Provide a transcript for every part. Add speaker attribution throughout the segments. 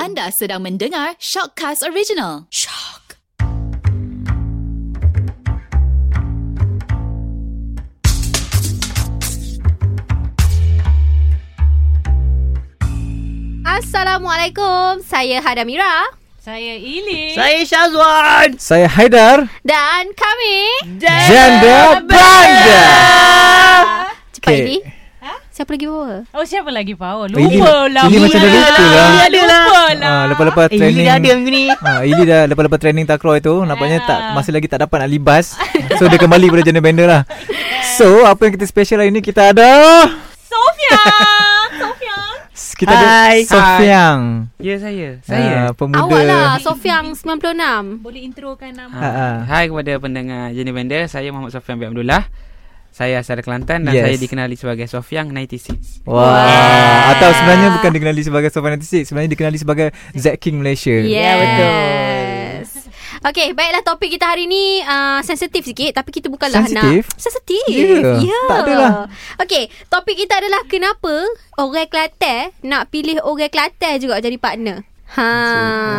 Speaker 1: Anda sedang mendengar Shockcast Original.
Speaker 2: Assalamualaikum. Saya Hada Mira
Speaker 3: Saya Ili.
Speaker 4: Saya Syazwan
Speaker 5: Saya Haidar
Speaker 2: dan kami
Speaker 5: Gender Belanda
Speaker 2: cepat
Speaker 5: Okay.
Speaker 2: Ili. Siapa lagi bawa?
Speaker 3: Oh siapa lagi power?
Speaker 5: Ili-
Speaker 3: Lupa lah.
Speaker 5: Ili
Speaker 3: pula.
Speaker 5: macam dah lupa lah.
Speaker 3: Ili Lupa lah.
Speaker 5: Ah, Lepas-lepas
Speaker 4: Eh
Speaker 5: training
Speaker 4: Ili dah ada minggu ni
Speaker 5: Ah, Ili dah lepas-lepas training takraw itu Nampaknya
Speaker 3: Ah.
Speaker 5: tak
Speaker 2: Ya.
Speaker 5: masih lagi tak dapat nak libas So dia kembali pada gender bender lah So apa yang kita special hari ni kita ada
Speaker 3: Sofia. Sofia.
Speaker 5: Kita ada
Speaker 4: Hai.
Speaker 5: Sofiang
Speaker 6: Ya saya
Speaker 5: Ah,
Speaker 6: Saya
Speaker 5: Pemuda Ah,
Speaker 2: Awak lah Sofiang 96.
Speaker 3: Boleh introkan nama.
Speaker 5: Ha, ha.
Speaker 6: Hai kepada pendengar Jenny Bender Saya Muhammad Sofian bin Abdullah Saya asal Kelantan Dan
Speaker 5: Yes.
Speaker 6: saya dikenali sebagai Sofiang 96
Speaker 5: Wah. Atau sebenarnya bukan dikenali sebagai Sofian 96 Sebenarnya dikenali sebagai Z King Malaysia
Speaker 2: Yes. betul. Okay, baiklah topik kita hari ni uh, sensitif sikit tapi kita bukanlah
Speaker 5: Sensitif?
Speaker 2: nak sensitif.
Speaker 5: Ya, tak adalah.
Speaker 2: Okay, topik kita adalah kenapa orang Kelantan nak pilih orang Kelantan juga jadi partner. Ha.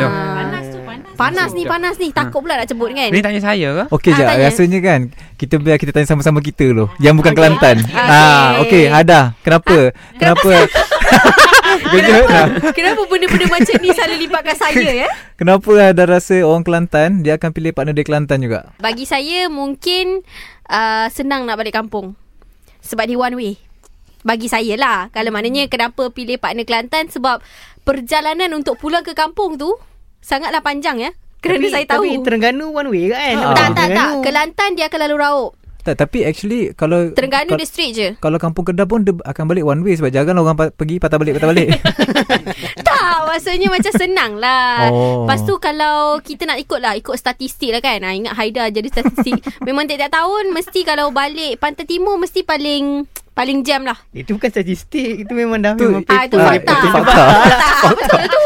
Speaker 6: Dah.
Speaker 3: Panas tu panas.
Speaker 2: Panas ni, panas ni. Takut pula nak
Speaker 5: Ha.
Speaker 2: sebut
Speaker 4: Eh,
Speaker 2: kan?
Speaker 6: Ini tanya saya ke?
Speaker 5: Okey
Speaker 2: Ah,
Speaker 5: jap
Speaker 2: tanya.
Speaker 5: rasanya kan kita biar kita tanya sama-sama kita loh yang bukan Kelantan.
Speaker 2: Okey. Ah,
Speaker 5: Ah okey Hada kenapa? kenapa? Kejut lah.
Speaker 2: Kenapa benda-benda macam ni selalu lipatkan saya ya?
Speaker 5: kenapa Hada rasa orang Kelantan dia akan pilih partner dia Kelantan juga?
Speaker 2: Bagi saya mungkin uh, senang nak balik kampung. Sebab dia one way. Bagi saya lah. Kalau maknanya kenapa pilih partner Kelantan sebab perjalanan untuk pulang ke kampung tu sangatlah panjang ya. Kerana
Speaker 4: Tapi-
Speaker 2: saya tahu.
Speaker 4: Tapi Terengganu one way
Speaker 2: tak,
Speaker 5: Ah.
Speaker 4: kan Nak pergi
Speaker 2: tak, tak.
Speaker 4: Terengganu.
Speaker 2: Kelantan dia akan lalu raup.
Speaker 5: Tak tapi actually kalau
Speaker 2: Terengganu
Speaker 5: kalau,
Speaker 2: dia straight je.
Speaker 5: kalau kampung Kedah pun dia akan balik one way sebab janganlah orang pa- pergi patah balik patah balik.
Speaker 2: tak, maksudnya macam senang lah.
Speaker 5: Oh.
Speaker 2: Lepas tu kalau kita nak ikut lah, ikut statistik lah kan. Ha, ingat Haida jadi statistik. Memang tiap-tiap tahun mesti kalau balik Pantai Timur mesti paling paling jam lah.
Speaker 4: Itu bukan statistik Itu memang dah
Speaker 5: Tu-
Speaker 4: memang
Speaker 2: Ah, itu
Speaker 5: Ah,
Speaker 2: fakta.
Speaker 5: itu fakta.
Speaker 2: Tak, betul tu.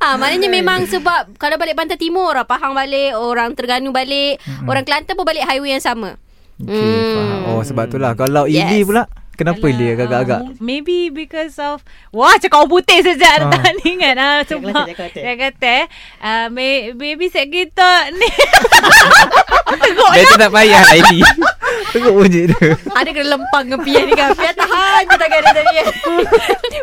Speaker 2: ah, maknanya memang sebab kalau balik Pantai Timur, orang Pahang balik, orang Terengganu balik,
Speaker 5: Hmm.
Speaker 2: mm-hmm. orang Kelantan pun balik highway yang sama.
Speaker 5: Okey faham. Oh sebab itulah kalau
Speaker 2: Hmm. Yes.
Speaker 5: Ili pula kenapa Ili
Speaker 3: Alah,
Speaker 5: agak-agak?
Speaker 3: ah, Maybe because of Wah cakap orang putih sejak
Speaker 5: Ah.
Speaker 3: uh. Tak ni ingat ah, Sebab
Speaker 4: Jakarta, Jakarta.
Speaker 3: Dia kata eh, ah, may, Maybe set kita ni
Speaker 4: ya?
Speaker 6: Better tak payah lah Ili
Speaker 5: Teruk bunyi dia.
Speaker 2: Ada kena lempang dengan Pia ni kan. Pia tahan je tangan dia tadi.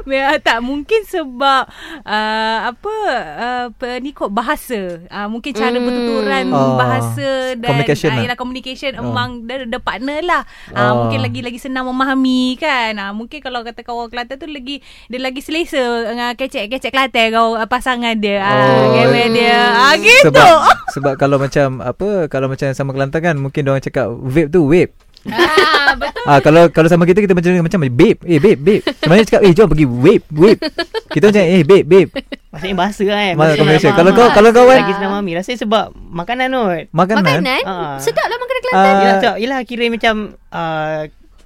Speaker 3: Ya, tak mungkin sebab uh, apa uh, pe- ni kot bahasa. Uh, mungkin cara
Speaker 2: Hmm.
Speaker 3: hmm. bertuturan
Speaker 5: Ah,
Speaker 3: bahasa dan
Speaker 5: communication
Speaker 3: ah,
Speaker 5: lah.
Speaker 3: ialah communication
Speaker 5: Ah.
Speaker 3: among the, the partner lah. Uh,
Speaker 5: Ah.
Speaker 3: mungkin lagi lagi senang memahami kan. Uh, mungkin kalau kata kawan Kelantan tu lagi dia lagi selesa dengan kecek-kecek Kelantan kau uh, pasangan dia. Ah
Speaker 5: Oh.
Speaker 3: uh, dia. Ah gitu.
Speaker 5: Sebab sebab kalau macam apa kalau macam sama Kelantan kan mungkin orang cakap vape tu vape.
Speaker 3: ah betul.
Speaker 5: Ah kalau kalau sama kita kita macam macam babe, eh babe, babe. Sebenarnya cakap eh jom pergi vape, vape. Kita macam eh babe, babe.
Speaker 4: Maksudnya bahasa kan
Speaker 5: Malah conversation.
Speaker 4: senang
Speaker 5: Kalau
Speaker 4: faham.
Speaker 5: kau kalau kawan
Speaker 4: Lagi senang mami Rasanya sebab Makanan kot
Speaker 5: makanan,
Speaker 2: Makanan?
Speaker 4: Ah.
Speaker 2: Sedap lah makanan
Speaker 5: Ah.
Speaker 2: Kelantan.
Speaker 4: Yelah, sebab- yelah kira macam ah,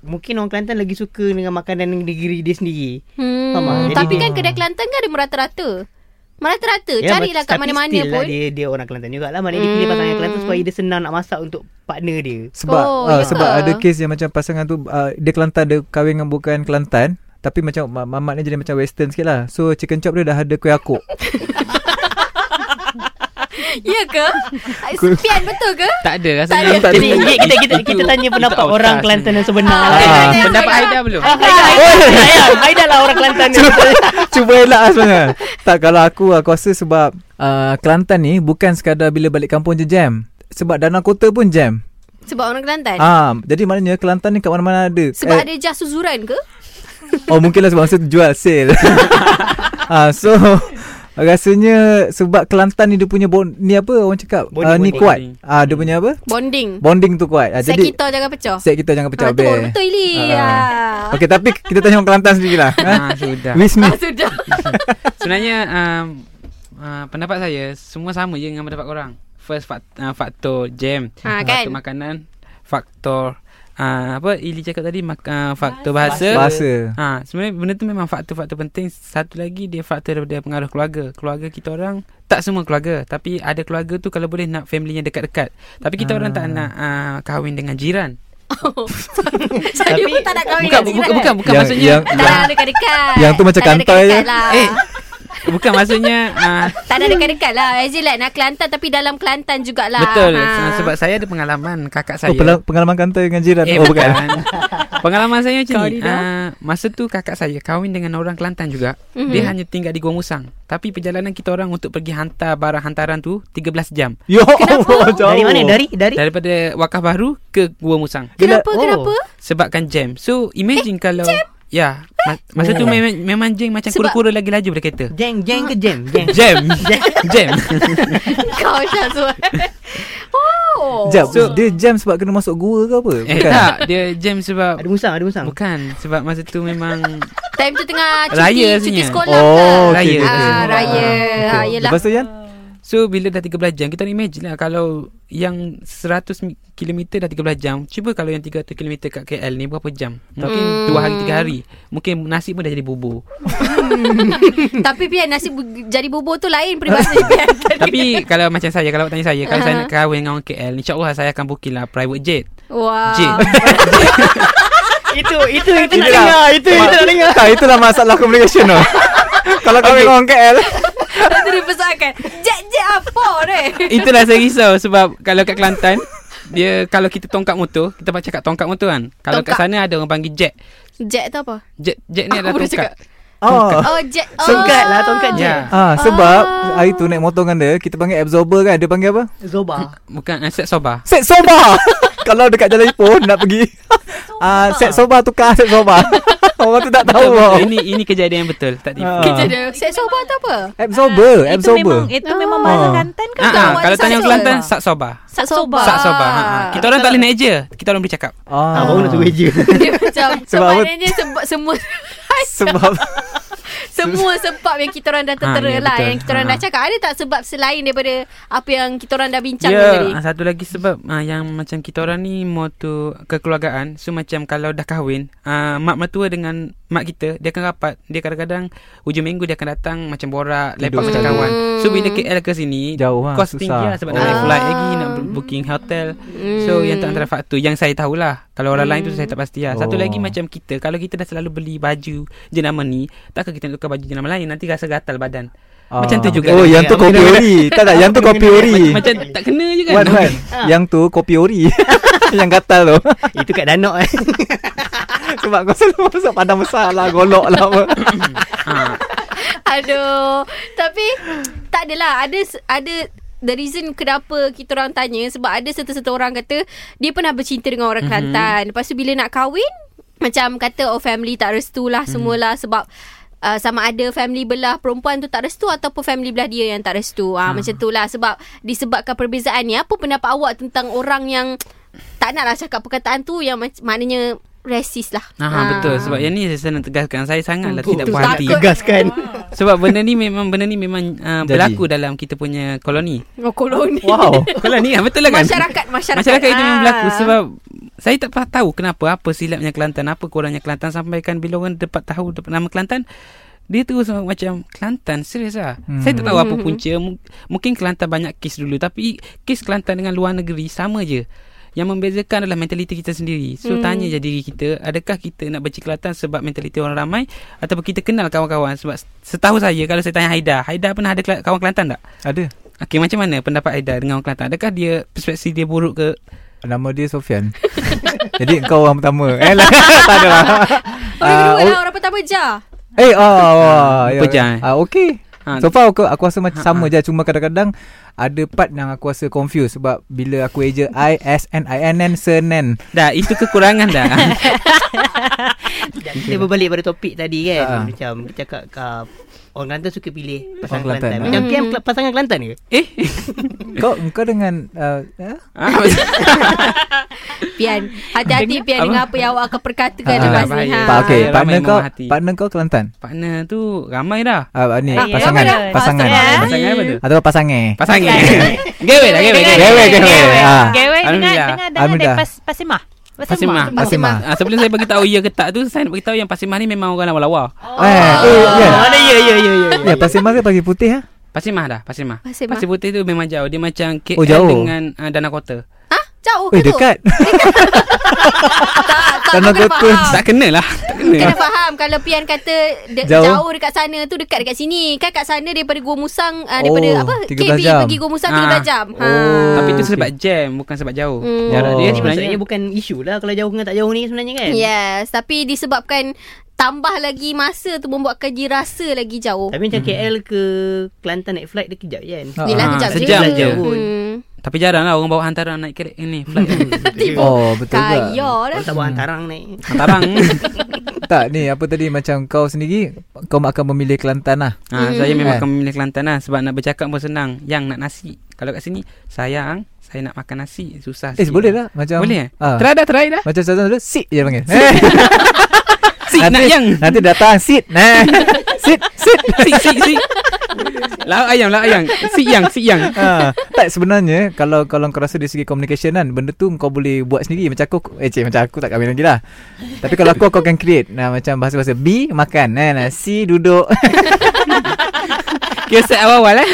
Speaker 4: Mungkin orang Kelantan lagi suka Dengan makanan negeri dia sendiri
Speaker 2: hmm,
Speaker 4: faham ah. Jadi
Speaker 2: tapi
Speaker 4: dia-
Speaker 2: kan kedai Kelantan kan ada merata-rata. Merata-rata.
Speaker 5: Ya,
Speaker 4: Yelah,
Speaker 2: Eh, Carilah kat
Speaker 4: statistik
Speaker 2: mana-mana
Speaker 4: lah
Speaker 2: pun. Hmm.
Speaker 4: dia, dia orang Kelantan jugalah Maknanya dia pilih pasangan Kelantan Supaya dia senang nak masak Untuk partner dia
Speaker 5: sebab
Speaker 2: Oh,
Speaker 5: oh,
Speaker 2: ya
Speaker 5: uh, sebab
Speaker 2: ke?
Speaker 5: ada kes yang macam pasangan tu uh, dia Kelantan dia kahwin dengan bukan Kelantan. Tapi macam ma- mamak ni jadi macam western sikit lah So chicken chop dia dah ada kuih akuk
Speaker 2: Ya ke?
Speaker 5: Cool.
Speaker 2: Pian betul ke?
Speaker 6: Tak ada
Speaker 2: Tak
Speaker 6: rasanya
Speaker 5: ada.
Speaker 4: Jadi kita, kita, kita, kita tanya pendapat
Speaker 6: Itu
Speaker 4: orang
Speaker 6: outside.
Speaker 4: Kelantan yang sebenar
Speaker 2: Ah,
Speaker 4: lah.
Speaker 5: okey,
Speaker 4: Ah.
Speaker 5: okey.
Speaker 6: Pendapat Aida belum?
Speaker 4: Sayang, Aida lah orang Kelantan ni.
Speaker 5: Cuba elak lah sebenarnya Tak kalau aku Aku rasa sebab uh, Kelantan ni Bukan sekadar bila balik kampung je jam Sebab danau kota pun jam
Speaker 2: Sebab orang Kelantan.
Speaker 5: ah, Jadi maknanya Kelantan ni kat mana-mana ada
Speaker 2: Kan? Sebab
Speaker 5: Eh,
Speaker 2: ada jas suzuran ke?
Speaker 5: Oh mungkinlah sebab masa tu jual sale Ah So Rasanya Sebab Kelantan ni dia punya bon, Ni apa orang cakap
Speaker 4: Bonding,
Speaker 5: Ah, Ni
Speaker 4: bonding.
Speaker 5: kuat ah, Dia punya apa
Speaker 2: Bonding.
Speaker 5: Bonding tu kuat ah,
Speaker 2: Hmm. Set
Speaker 5: Jadi
Speaker 2: kita jangan pecah.
Speaker 5: Set kita jangan pecah
Speaker 2: Ah, tu
Speaker 5: habis.
Speaker 2: betul Ili.
Speaker 5: Ah.
Speaker 2: Ah.
Speaker 5: Okay tapi kita tanya orang Kelantan sendiri lah ha?
Speaker 6: Ah, Sudah
Speaker 5: With me
Speaker 2: Ah, sudah.
Speaker 6: Sebenarnya um, uh, Pendapat saya Semua sama je dengan pendapat korang First fakt, uh, faktor jam
Speaker 2: Ha,
Speaker 4: Ah,
Speaker 2: kan?
Speaker 6: Faktor makanan Faktor uh, Apa Ili cakap tadi mak, uh, Faktor bahasa,
Speaker 5: Bahasa
Speaker 6: Ha, sebenarnya benda tu memang faktor-faktor penting. Satu lagi dia faktor daripada pengaruh keluarga. Keluarga kita orang tak semua keluarga, tapi ada keluarga tu kalau boleh nak family yang dekat-dekat. Tapi kita
Speaker 5: Ah.
Speaker 6: orang tak nak uh, kahwin dengan jiran.
Speaker 2: Saya pun tak nak kahwin
Speaker 6: Bukan
Speaker 2: dengan
Speaker 6: bukan
Speaker 2: jiran.
Speaker 6: bukan, bukan
Speaker 5: Yang-
Speaker 6: maksudnya
Speaker 5: yang-
Speaker 2: Tak nak dekat-dekat
Speaker 5: Yang tu macam
Speaker 2: Tak nak
Speaker 5: kantai
Speaker 2: dekat-dekat
Speaker 5: je.
Speaker 2: lah.
Speaker 6: Eh. Bukan maksudnya uh,
Speaker 2: Tak ada dekat-dekat lah As in like nak Kelantan Tapi dalam Kelantan jugalah
Speaker 6: Betul ha. Sebab saya ada pengalaman Kakak
Speaker 5: Oh,
Speaker 6: saya
Speaker 5: pela- pengalaman kantor dengan jiran.
Speaker 6: Eh,
Speaker 5: oh, bukan.
Speaker 6: Pengalaman saya
Speaker 3: Kau
Speaker 6: macam ni
Speaker 3: lidah.
Speaker 6: uh, Masa tu kakak saya Kahwin dengan orang Kelantan juga mm-hmm. Dia hanya tinggal di Gua Musang Tapi perjalanan kita orang Untuk pergi hantar barang hantaran tu 13 jam
Speaker 5: Yo, Allah, jauh.
Speaker 4: Dari mana? Dari? Dari?
Speaker 6: Daripada Wakaf Baru Ke Gua Musang
Speaker 5: Dia
Speaker 2: Kenapa oh.
Speaker 4: Oh.
Speaker 2: kenapa
Speaker 6: Sebabkan jam So imagine eh, kalau jam. Ya ma- Masa tu
Speaker 4: Oh.
Speaker 6: memang, memang jam Macam
Speaker 2: Sebab-
Speaker 6: kura-kura lagi laju pada kereta
Speaker 4: Jeng, jeng ke jeng? Jeng.
Speaker 6: Jam Jam
Speaker 2: Kau Syazwan Oh
Speaker 5: Jap, so, dia jam sebab kena masuk gua ke apa?
Speaker 6: Eh tak Dia jam sebab
Speaker 4: Ada musang, ada musang.
Speaker 6: Bukan Sebab masa tu memang
Speaker 2: Time tu tengah cuti
Speaker 6: Raya
Speaker 2: Cuti
Speaker 6: rasanya.
Speaker 2: sekolah
Speaker 5: Oh,
Speaker 2: ke?
Speaker 5: okay, okay,
Speaker 6: Raya.
Speaker 5: okay.
Speaker 2: Ah, Raya
Speaker 5: Okay.
Speaker 2: ah, Yelah
Speaker 5: Lepas tu Yan?
Speaker 6: So bila dah 13 jam Kita imagine lah Kalau yang 100 mi- kilometer dah 13 jam Cuba kalau yang 300 kilometer kat KL ni Berapa jam?
Speaker 2: Hmm.
Speaker 6: Mungkin 2 hari 3 hari Mungkin nasi pun dah jadi bubur
Speaker 2: Tapi Pian nasi bu- jadi bubur tu lain peribahasa Pian
Speaker 6: Tapi kalau macam saya Kalau awak tanya saya Kalau saya
Speaker 2: Aha.
Speaker 6: nak kahwin dengan orang KL InsyaAllah saya akan booking lah Private jet
Speaker 2: Wow
Speaker 6: Jet
Speaker 4: Itu, itu, itu nak dengar. Itu, itu nak dengar.
Speaker 5: Tak, itulah masalah communication tu. Kalau kau okay. orang KL.
Speaker 2: Lepas tu dipersoalkan Jet jet
Speaker 3: ah,
Speaker 2: apa ni
Speaker 3: eh.
Speaker 6: Itulah saya risau Sebab kalau kat Kelantan Dia kalau kita tongkat motor Kita macam cakap tongkat motor kan Kalau
Speaker 2: Tongkat.
Speaker 6: kat sana ada orang panggil jet
Speaker 2: Jet tu apa
Speaker 6: Jet, jet ni
Speaker 2: Aku
Speaker 6: adalah
Speaker 2: baru
Speaker 6: tongkat
Speaker 2: cakap.
Speaker 5: Oh.
Speaker 2: Oh jet oh.
Speaker 4: Tongkat lah, tongkat je.
Speaker 6: Ya
Speaker 5: Ah, sebab hari tu naik motor dengan dia, kita panggil absorber kan. Dia panggil apa?
Speaker 4: Zoba.
Speaker 6: Bukan eh, set soba
Speaker 5: Set soba. Kalau dekat jalan Ipoh nak pergi. Ah, set soba tukar set soba. Orang tu tak tahu.
Speaker 6: Betul,
Speaker 5: tau.
Speaker 6: betul. Ini ini kejadian yang betul Tak tipu
Speaker 5: Ah.
Speaker 2: Kerja dia Set soba tu apa
Speaker 5: Absorber,
Speaker 3: Itu
Speaker 5: absorber.
Speaker 3: memang Itu memang bahasa
Speaker 5: Ah.
Speaker 3: Kelantan kan
Speaker 2: Bukan eh?
Speaker 6: Ah, ah,
Speaker 2: awak
Speaker 6: kalau
Speaker 2: sat
Speaker 6: tanya orang
Speaker 2: soba.
Speaker 6: Kelantan sak soba.
Speaker 2: Sak soba
Speaker 6: Sak soba. Ha, ha. Kita orang tak boleh naik je. Kita orang boleh cakap.
Speaker 4: Ah, baru nak suruh je.
Speaker 2: Dia macam So
Speaker 5: Sebab apa-
Speaker 2: maknanya sebab semua
Speaker 5: Sebab
Speaker 2: Semua sebab yang kita orang dah tertera
Speaker 6: ya,
Speaker 2: ha, lah
Speaker 6: betul.
Speaker 2: Yang kita orang
Speaker 6: Ha,
Speaker 2: dah
Speaker 6: ha.
Speaker 2: cakap Ada tak sebab selain daripada Apa yang kita orang dah bincang yeah. tadi
Speaker 6: Ya, ah, satu lagi sebab ah, yang macam kita orang ni mau tu kekeluargaan. So macam kalau dah kahwin, ah, mak mertua dengan mak kita, dia akan rapat. Dia kadang-kadang hujung minggu dia akan datang macam borak, lepak
Speaker 5: Tidur
Speaker 6: macam
Speaker 5: sekali.
Speaker 6: kawan. So bila KL ke sini,
Speaker 5: Jauh lah,
Speaker 6: kos
Speaker 5: susah.
Speaker 6: tinggi lah sebab nak
Speaker 5: Oh.
Speaker 6: naik flight lagi, nak
Speaker 2: Ah.
Speaker 6: booking hotel. So yang tu antara faktor yang saya tahulah. Kalau orang lain tu saya tak pasti lah. Satu
Speaker 5: Oh.
Speaker 6: lagi macam kita, kalau kita dah selalu beli baju jenama ni, takkan kita nak tukar baju jenama lain, nanti rasa gatal badan. Macam tu juga.
Speaker 5: Oh,
Speaker 6: lah.
Speaker 5: yang tu kopi ori. Tak tak, yang tu kopi ori.
Speaker 6: Macam tak kena je kan
Speaker 5: Wan Wan, yang tu kopi ori. Yang gatal tu.
Speaker 4: Itu kat Danok eh.
Speaker 5: Sebab kau selalu masuk padang besar lah, golok lah apa.
Speaker 6: ha.
Speaker 2: Aduh Tapi Tak adalah Ada Ada The reason kenapa kita orang tanya Sebab ada serta-serta orang kata Dia pernah bercinta dengan
Speaker 6: Mhm.
Speaker 2: orang Kelantan Lepas tu bila nak kahwin Macam kata Oh family tak restu
Speaker 6: Mhm.
Speaker 2: lah Semualah sebab Uh, sama ada family belah perempuan tu tak restu ataupun family belah dia yang tak restu. Ah ha, macam tu lah sebab disebabkan perbezaan ni apa pendapat awak tentang orang yang tak naklah cakap perkataan tu yang mac- maknanya rasis lah.
Speaker 6: Ha, ha, betul sebab yang ni saya nak tegaskan saya sangatlah tidak puas
Speaker 4: tak
Speaker 6: hati
Speaker 4: tegaskan.
Speaker 6: sebab benda ni memang benda ni memang uh,
Speaker 5: Jadi.
Speaker 6: berlaku dalam kita punya koloni.
Speaker 2: Oh, koloni.
Speaker 5: Wow.
Speaker 6: Koloni ah betul lah kan?
Speaker 2: Masyarakat- masyarakat.
Speaker 6: Masyarakat itu memang
Speaker 2: Ah.
Speaker 6: berlaku sebab saya tak pernah tahu kenapa apa silapnya Kelantan, apa kurangnya Kelantan sampaikan bila orang dapat tahu dapat nama Kelantan dia terus macam Kelantan serius lah
Speaker 5: Hmm.
Speaker 6: Saya tak tahu apa punca M- Mungkin Kelantan banyak kes dulu Tapi kes Kelantan dengan luar negeri Sama je Yang membezakan adalah mentaliti kita sendiri
Speaker 2: Hmm.
Speaker 6: So tanya je diri kita Adakah kita nak benci Kelantan Sebab mentaliti orang ramai Ataupun kita kenal kawan-kawan Sebab setahu saya Kalau saya tanya Haida Haida pernah ada Kela- kawan Kelantan tak?
Speaker 5: Ada.
Speaker 6: Okey macam mana pendapat Aida dengan orang Kelantan? Adakah dia perspektif dia buruk ke?
Speaker 5: Nama dia Sofian. Jadi kau orang pertama. Eh lah. tak ada lah.
Speaker 2: Orang
Speaker 5: Ah,
Speaker 2: kedua
Speaker 5: o-
Speaker 2: lah orang pertama je.
Speaker 5: Eh ah, ah, ya,
Speaker 6: Apa je, eh?
Speaker 5: ah okay.
Speaker 6: Ha.
Speaker 5: So far aku, aku rasa macam
Speaker 6: Ha,
Speaker 5: sama je cuma kadang-kadang ada part yang aku rasa confused sebab bila aku eja I S N I N N senen.
Speaker 6: Dah itu kekurangan dah.
Speaker 4: Kita berbalik pada topik tadi kan.
Speaker 5: Ah.
Speaker 4: Macam kita cakap uh, orang Kelantan suka pilih
Speaker 5: Orang
Speaker 4: pasangan
Speaker 5: Kelantan.
Speaker 4: Kelantan. ah. Macam
Speaker 2: Hmm.
Speaker 4: PM Kel- pasangan Kelantan ke?
Speaker 6: eh?
Speaker 5: Kau kau dengan uh, eh?
Speaker 6: Ah, maksud-
Speaker 2: Pian Hati-hati Pian
Speaker 6: Apa?
Speaker 2: Dengan apa yang awak akan perkatakan
Speaker 5: Ah,
Speaker 2: Lepas
Speaker 6: bahaya.
Speaker 2: ni ha.
Speaker 5: tak okay,
Speaker 6: ramai
Speaker 5: partner
Speaker 6: yang
Speaker 5: kau
Speaker 6: memahat hati.
Speaker 5: partner kau Kelantan.
Speaker 6: partner tu ramai dah.
Speaker 5: Ah uh, ni
Speaker 3: Ah, ya. Ramai
Speaker 5: pasangan,
Speaker 3: dah.
Speaker 5: pasangan.
Speaker 3: Pasangan.
Speaker 6: Pasangan apa tu?
Speaker 5: Atau pasangan.
Speaker 6: Pasangan. Gawe dah, gawe.
Speaker 5: Gawe, gawe, gawe. Ah.
Speaker 3: Gawe dengan dengan
Speaker 6: Alhamdulillah.
Speaker 3: dengan
Speaker 5: Alhamdulillah.
Speaker 3: ada pas, pasimah.
Speaker 6: Pasimah.
Speaker 5: Pasimah.
Speaker 6: Ah, sebelum saya bagi tahu ya ke tak tu, saya nak bagi tahu yang Pasimah ni memang orang lawa-lawa.
Speaker 5: Eh, eh ya.
Speaker 4: Ada ya ya ya ya.
Speaker 5: Ya, Pasimah ke pagi putih ah?
Speaker 6: Pasimah dah, Pasimah.
Speaker 2: Pasimah.
Speaker 6: Pasir Putih tu memang jauh. Dia macam KL
Speaker 5: Oh, jauh.
Speaker 6: ah,
Speaker 2: Ah, Oh,
Speaker 6: dengan uh, Danau Kota.
Speaker 2: ha? Jauh ke
Speaker 5: Eh
Speaker 2: tu
Speaker 5: dekat.
Speaker 2: Tak tak
Speaker 5: Tanah
Speaker 2: aku dah
Speaker 5: Kota.
Speaker 2: faham.
Speaker 6: Tak kena lah Tak
Speaker 2: Kena
Speaker 6: kena
Speaker 2: faham Kalau Pian kata de- jauh. jauh
Speaker 5: Jauh.
Speaker 2: dekat sana tu Dekat dekat sini Kan kat sana daripada Gua Musang uh, Daripada
Speaker 5: Oh,
Speaker 2: apa
Speaker 5: 13
Speaker 2: KB
Speaker 5: jam.
Speaker 2: pergi Gua Musang
Speaker 6: Ah.
Speaker 2: 13 jam ha.
Speaker 5: Oh.
Speaker 6: Tapi itu
Speaker 5: Okey.
Speaker 6: sebab jam Bukan sebab jauh
Speaker 2: Hmm.
Speaker 6: Jarak
Speaker 5: Oh.
Speaker 6: dia
Speaker 5: Jadi
Speaker 6: sebenarnya
Speaker 4: Maksudnya bukan isu lah Kalau jauh dengan tak jauh ni sebenarnya kan
Speaker 2: Yes Tapi disebabkan Tambah lagi masa tu Membuatkan dia rasa lagi jauh
Speaker 4: Tapi macam KL ke Kelantan naik flight dia kejap je kan
Speaker 5: Ah,
Speaker 2: Yelah
Speaker 6: ah,
Speaker 2: kejap je
Speaker 6: sejam je.
Speaker 2: hmm.
Speaker 6: Tapi jarang lah orang bawa hantaran naik kereta ni flight.
Speaker 2: Tiba
Speaker 5: Oh betul
Speaker 2: Kaya
Speaker 5: juga
Speaker 2: dah
Speaker 4: Kalau tak buat hantarang naik
Speaker 6: Hantarang.
Speaker 5: Tak ni apa tadi Macam kau sendiri Kau akan memilih Kelantan lah
Speaker 6: ha, saya memang
Speaker 5: Eh.
Speaker 6: akan memilih Kelantan lah sebab nak bercakap pun senang. Yang nak nasi. Kalau kat sini sayang, saya nak makan nasi. Susah.
Speaker 5: Eh
Speaker 6: sikit.
Speaker 5: boleh lah Macam
Speaker 6: Boleh eh?
Speaker 5: Ah.
Speaker 6: Try dah, try dah.
Speaker 5: Macam Sazan dulu Sit je panggil Eh,
Speaker 6: Si nak
Speaker 5: nanti,
Speaker 6: yang.
Speaker 5: nanti datang Sit nah. Sit Sit
Speaker 6: Si si si. Lauk ayam, lauk ayam. Si yang, si yang.
Speaker 5: ha. Tak sebenarnya Kalau kalau kau rasa Dari segi communication kan Benda tu kau boleh Buat sendiri Macam aku Eh cik macam aku Tak kahwin lagi lah Tapi kalau aku Aku akan create nah, Macam bahasa-bahasa B Makan nah, nah. C duduk
Speaker 6: Ha. Kira set awal-awal eh.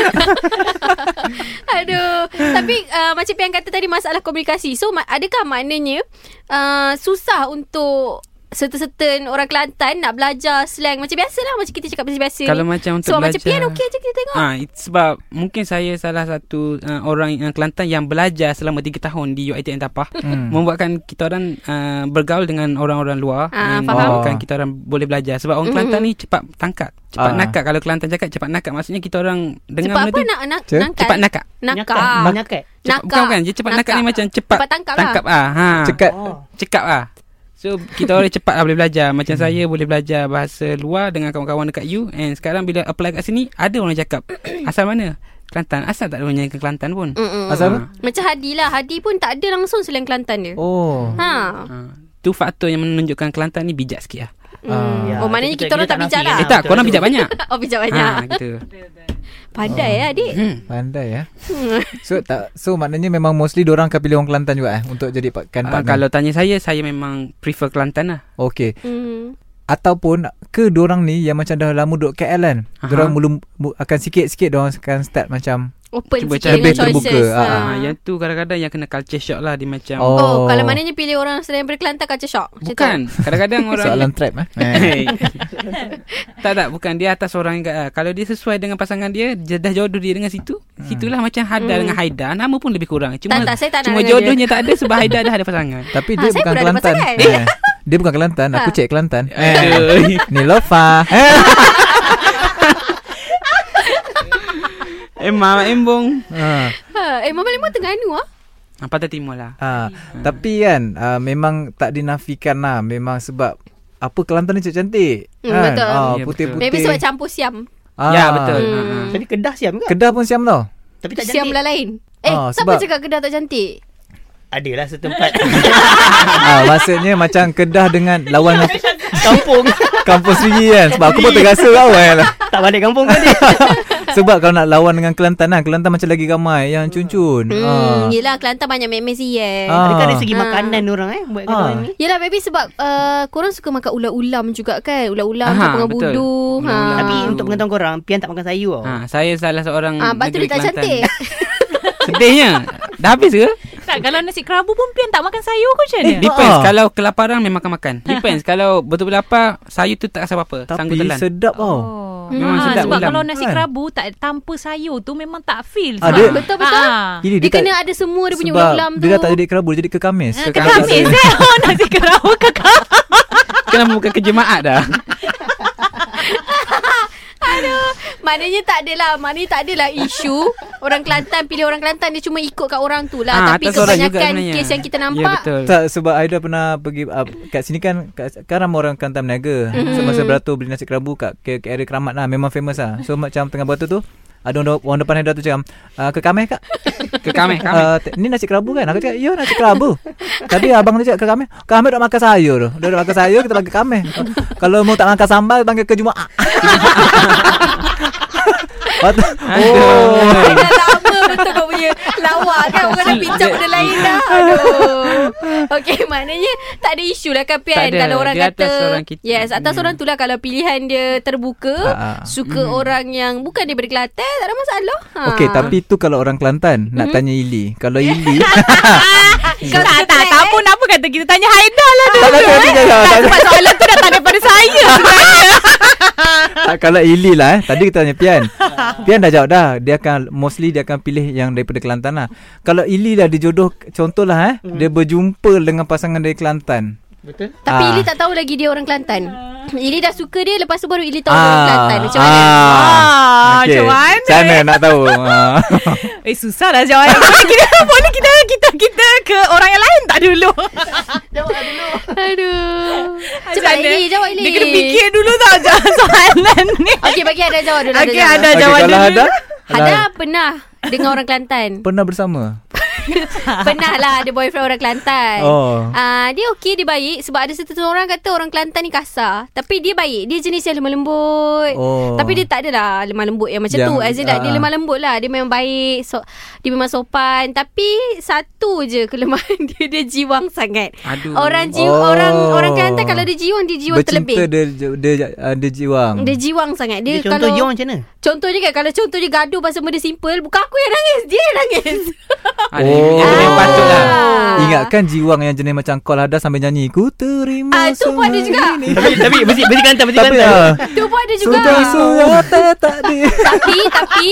Speaker 2: Aduh Tapi uh, macam Pian kata tadi Masalah komunikasi So ma- adakah maknanya uh, Susah untuk Serta-serta orang Kelantan Nak belajar slang Macam biasa lah Macam kita cakap biasa-biasa
Speaker 6: Kalau
Speaker 2: ni.
Speaker 6: macam untuk
Speaker 2: So
Speaker 6: belajar.
Speaker 2: macam Pian okey je kita tengok
Speaker 6: Ah, it, sebab mungkin saya salah satu uh, orang uh, Kelantan yang belajar selama 3 tahun di UiTM Tapah
Speaker 5: Hmm.
Speaker 6: membuatkan kita orang uh, bergaul dengan orang-orang luar
Speaker 2: Ah, faham.
Speaker 6: and
Speaker 2: Hmm.
Speaker 6: membuatkan kita orang boleh belajar sebab orang Kelantan ni cepat tangkap, cepat
Speaker 5: Ah.
Speaker 6: nakak. Kalau Kelantan cakap cepat nakak maksudnya kita orang dengar
Speaker 2: Cepat
Speaker 6: benda
Speaker 2: apa
Speaker 6: tu
Speaker 2: nak, nak
Speaker 5: Ce-
Speaker 2: nangkal
Speaker 6: cepat nakak.
Speaker 2: Nakal
Speaker 4: Nyakat Nyakat
Speaker 6: Cepat,
Speaker 2: Nakak.
Speaker 6: bukan bukan, dia cepat nakak, ni
Speaker 2: Nakak.
Speaker 6: macam cepat
Speaker 2: Cepat tangkap lah.
Speaker 6: tangkap ah. Ha.
Speaker 5: Cekat
Speaker 4: Oh
Speaker 6: cekap lah So kita orang cepat lah boleh belajar Macam
Speaker 5: Hmm.
Speaker 6: saya boleh belajar bahasa luar Dengan kawan-kawan dekat you And sekarang bila apply kat sini Ada orang cakap Asal mana? Kelantan Asal tak ada orang yang ke Kelantan pun
Speaker 2: Mm-mm.
Speaker 5: Asal apa?
Speaker 2: Macam Hadi lah Hadi pun tak ada langsung slang Kelantan dia oh.
Speaker 5: Oh
Speaker 2: Ha.
Speaker 6: ha, Tu faktor yang menunjukkan Kelantan ni bijak sikit lah
Speaker 5: Ah.
Speaker 2: Oh, maknanya kita orang tak
Speaker 4: nafi
Speaker 2: bijak
Speaker 4: kan.
Speaker 2: lah.
Speaker 6: Eh tak,
Speaker 4: Betul, betul.
Speaker 6: korang bijak banyak
Speaker 2: Oh bijak
Speaker 6: Ha,
Speaker 2: banyak
Speaker 6: gitu Ah.
Speaker 2: Pandai ya adik
Speaker 6: Hmm.
Speaker 5: Pandai ya So tak So maknanya memang mostly Diorang akan pilih orang Kelantan juga eh Untuk jadi pak- kan
Speaker 6: ha,
Speaker 5: partner
Speaker 6: Kalau tanya saya Saya memang prefer Kelantan lah
Speaker 5: Okay
Speaker 2: Hmm.
Speaker 5: Ataupun Ke diorang ni Yang macam dah lama duduk KL kan
Speaker 6: Aha.
Speaker 5: Diorang mula mu- Akan sikit-sikit Diorang akan start macam
Speaker 2: Open
Speaker 6: Cuba
Speaker 2: sikit dengan
Speaker 6: cari
Speaker 5: lebih terbuka.
Speaker 2: choices
Speaker 5: Ah,
Speaker 6: ha.
Speaker 2: Ah.
Speaker 6: Yang tu kadang-kadang yang kena culture shock lah Dia macam
Speaker 5: Oh.
Speaker 2: Oh. kalau maknanya pilih orang selain daripada Kelantan kaca shock. Macam tu.
Speaker 6: Bukan Kadang-kadang orang
Speaker 5: Soalan trap eh Eh.
Speaker 6: Eh. tak tak bukan dia atas orang yang kat- ah, kalau dia sesuai dengan pasangan dia dia dah jodoh dia dengan situ situlah macam Haida dengan Haida nama pun lebih kurang cuma
Speaker 2: Hmm. Tak, tak, saya tak nak
Speaker 6: cuma
Speaker 2: dengan
Speaker 6: jodohnya tak ada sebab Haida dah ada pasangan
Speaker 5: Tapi
Speaker 2: Ah,
Speaker 5: dia
Speaker 2: saya pun
Speaker 5: bukan
Speaker 2: ada
Speaker 5: Kelantan
Speaker 2: pasangan.
Speaker 5: Eh. Dia bukan Kelantan Aku
Speaker 2: Ah.
Speaker 5: cek Kelantan
Speaker 6: Aduh.
Speaker 5: Ni Lofa Eh.
Speaker 6: eh mama embong
Speaker 5: Ah.
Speaker 2: Ha, eh Mama Lemon tengah anu ah.
Speaker 6: ah, patah timur lah
Speaker 5: Ha, tapi kan uh, memang tak dinafikan lah memang sebab apa Kelantan ni cantik.
Speaker 2: Hmm, betul.
Speaker 5: Ah,
Speaker 6: Ya,
Speaker 5: putih-putih.
Speaker 2: Maybe sebab campur siam.
Speaker 5: Ah.
Speaker 6: ya betul
Speaker 2: Hmm.
Speaker 6: Ah, ah.
Speaker 4: Tapi Kedah siam ke?
Speaker 5: Kedah pun siam tau.
Speaker 4: Tapi tak
Speaker 2: Siam
Speaker 4: cantik
Speaker 2: lah lain. Eh,
Speaker 5: Ah,
Speaker 2: siapa
Speaker 5: sebab-
Speaker 2: cakap Kedah tak cantik?
Speaker 4: Adalah setempat
Speaker 5: ah, maksudnya macam Kedah dengan lawan
Speaker 4: Kampung
Speaker 5: kampung sendiri kan. Sebab aku pun terasa tau kan.
Speaker 4: Tak balik kampung ke dia
Speaker 5: sebab kalau nak lawan dengan Kelantan kan, Kelantan macam lagi ramai yang cun-cun.
Speaker 6: Ah.
Speaker 2: Hmm, yelah Kelantan banyak memes ye.
Speaker 5: Ah.
Speaker 4: Adakah dari segi
Speaker 2: Ah.
Speaker 4: makanan orang eh Buat
Speaker 5: Ah.
Speaker 4: kawan ni
Speaker 2: Yelah maybe sebab uh, korang suka makan ulam-ulam juga kan? Ulam-ulam,
Speaker 6: Aha,
Speaker 2: kampung
Speaker 6: betul.
Speaker 2: budu. Ha.
Speaker 6: Ulam-ulam.
Speaker 4: Tapi untuk pengetahuan korang Pian tak makan sayur tau
Speaker 6: Ah, saya salah seorang
Speaker 2: Ah, batu dia
Speaker 6: negeri
Speaker 2: tak
Speaker 6: Kelantan.
Speaker 2: cantik.
Speaker 6: Sedihnya Dah habis ke?
Speaker 3: Tak kalau nasi kerabu pun pian tak makan sayur
Speaker 2: Ya.
Speaker 3: ke macam mana?
Speaker 6: Depends
Speaker 5: Ah.
Speaker 6: Kalau kelaparan memang akan makan Depends Kalau betul-betul lapar Sayur tu tak rasa apa-apa
Speaker 5: Tapi
Speaker 6: Sanggup telan
Speaker 5: sedap tau.
Speaker 3: Oh.
Speaker 6: Memang
Speaker 3: Ah,
Speaker 6: sedap
Speaker 3: sebab
Speaker 6: ulam.
Speaker 3: kalau nasi
Speaker 5: Kan?
Speaker 3: kerabu tak tanpa sayur tu memang tak feel. sebab-
Speaker 5: Ah, dia-
Speaker 2: Betul, betul.
Speaker 3: Ah.
Speaker 5: Ini
Speaker 2: Dia
Speaker 5: tak-
Speaker 2: kena ada semua dia punya
Speaker 5: sebab
Speaker 2: ulam-ulam tu.
Speaker 5: Dia dah tak jadi kerabu, jadi kekamis.
Speaker 3: Ah, Kekamis eh. Oh, nasi kerabu kekamis.
Speaker 6: Kenapa bukan kejemaat dah?
Speaker 2: Maknanya tak adalah Maknanya tak adalah isu Orang Kelantan Pilih orang Kelantan Dia cuma ikut kat orang tu lah
Speaker 6: Ah,
Speaker 2: Tapi
Speaker 6: atas orang juga
Speaker 2: kebanyakan
Speaker 6: sebenarnya.
Speaker 2: Kes yang kita
Speaker 6: Ya
Speaker 2: nampak
Speaker 6: betul
Speaker 5: Tak sebab Aida pernah pergi uh, kat sini kan kat, kan ramai orang Kelantan berniaga.
Speaker 2: Mm-hmm.
Speaker 5: Mm. So masa beratur beli nasi kerabu kat ke, ke area keramat lah memang famous lah. So macam tengah beratur tu ada orang, orang depan Aida tu cakap uh, ke kameh kak
Speaker 6: Ke kameh, kameh.
Speaker 5: uh, ni nasi kerabu kan aku cakap ya nasi kerabu tapi abang tu cakap ke kameh kameh tak makan sayur tu dia tak makan sayur kita panggil kameh kalau mau tak makan sambal panggil ke jumaat Lepas tu, oh
Speaker 2: Dah lama betul kau punya lawak kan Orang dah bincang benda lain dah Aduh Okay maknanya Tak ada isu lah kan Pian
Speaker 6: Tak ada.
Speaker 2: Kalau orang
Speaker 6: Dia
Speaker 2: kata
Speaker 6: atas orang kita.
Speaker 2: Yes atas
Speaker 6: Hmm.
Speaker 2: orang tu lah Kalau pilihan dia terbuka
Speaker 5: Ah, ah.
Speaker 2: Suka orang yang Bukan daripada Kelantan Tak ada masalah ha. Mhm.
Speaker 5: Okey tapi tu kalau orang Kelantan Nak tanya Ili Kalau Ili
Speaker 3: Kau tak, tak, tak pun apa kata kita tanya Haida lah tu.
Speaker 5: eh. Tak nak kena tinggal lah.
Speaker 3: Tak, sebab soalan tu datang daripada saya.
Speaker 5: Tak kalau Ili lah eh. Tadi kita tanya Pian. Pian dah jawab dah. Dia akan mostly dia akan pilih yang daripada Kelantan lah. Kalau Ili dah dijodoh contohlah eh.
Speaker 2: Hmm.
Speaker 5: Dia berjumpa dengan pasangan dari Kelantan.
Speaker 4: Betul?
Speaker 2: Tapi
Speaker 5: Ah.
Speaker 2: Ili tak tahu lagi dia orang Kelantan. Ili dah suka dia lepas tu baru Ili tahu dia orang Kelantan.
Speaker 5: Ah,
Speaker 2: Macam mana?
Speaker 3: Ah, macam
Speaker 5: Okey.
Speaker 2: eh.
Speaker 3: mana?
Speaker 5: Sana nak tahu. Ah.
Speaker 3: eh susah lah jawapan. kita boleh kita kita kita ke orang yang lain tak dulu.
Speaker 2: Aduh. Cepat
Speaker 3: Macam mana?
Speaker 2: Ili, jawab Ili.
Speaker 3: eh. Dia kena fikir dulu tau jawab soalan ni.
Speaker 2: Okey, bagi ada jawab dulu.
Speaker 3: Okey,
Speaker 2: jawab.
Speaker 3: ada
Speaker 5: Okey,
Speaker 3: jawapan
Speaker 5: kalau
Speaker 3: dulu.
Speaker 5: ada
Speaker 2: Hada pernah dengan orang Kelantan.
Speaker 5: pernah bersama.
Speaker 2: pernah lah ada boyfriend orang Kelantan.
Speaker 5: Oh.
Speaker 2: Ah, dia okey, dia baik sebab ada satu orang kata orang Kelantan ni kasar. Tapi dia baik. Dia jenis yang lemah lembut.
Speaker 5: Oh.
Speaker 2: Tapi dia tak adalah lemah lembut yang macam
Speaker 5: Yang-
Speaker 2: tu. As in uh, dia
Speaker 5: ah.
Speaker 2: lemah lembut lah. Dia memang baik. So, dia memang sopan. Tapi satu je kelemahan dia dia jiwang sangat.
Speaker 6: Aduh.
Speaker 2: Orang jiw
Speaker 5: Oh.
Speaker 2: orang orang Kelantan kalau dia jiwang dia jiwang
Speaker 5: Bercinta
Speaker 2: terlebih.
Speaker 5: dia dia, dia, ah, dia jiwang.
Speaker 2: Dia jiwang sangat.
Speaker 4: Dia,
Speaker 2: Dia,
Speaker 4: contoh
Speaker 2: kalau
Speaker 4: Jong macam mana?
Speaker 2: Contohnya kan kalau contoh dia gaduh pasal benda simple bukan aku yang nangis, dia yang nangis.
Speaker 6: Ada oh. yang
Speaker 5: Oh.
Speaker 6: patut lah.
Speaker 5: Ingatkan jiwang yang jenis macam call ada sambil nyanyi Ku terima
Speaker 2: Ah, tu pun ada
Speaker 5: semua
Speaker 2: juga.
Speaker 5: ini."
Speaker 4: tapi tapi mesti mesti Kelantan mesti
Speaker 5: Tapi ah,
Speaker 2: Tu pun ada juga.
Speaker 5: Sudah surata tadi
Speaker 2: tapi tapi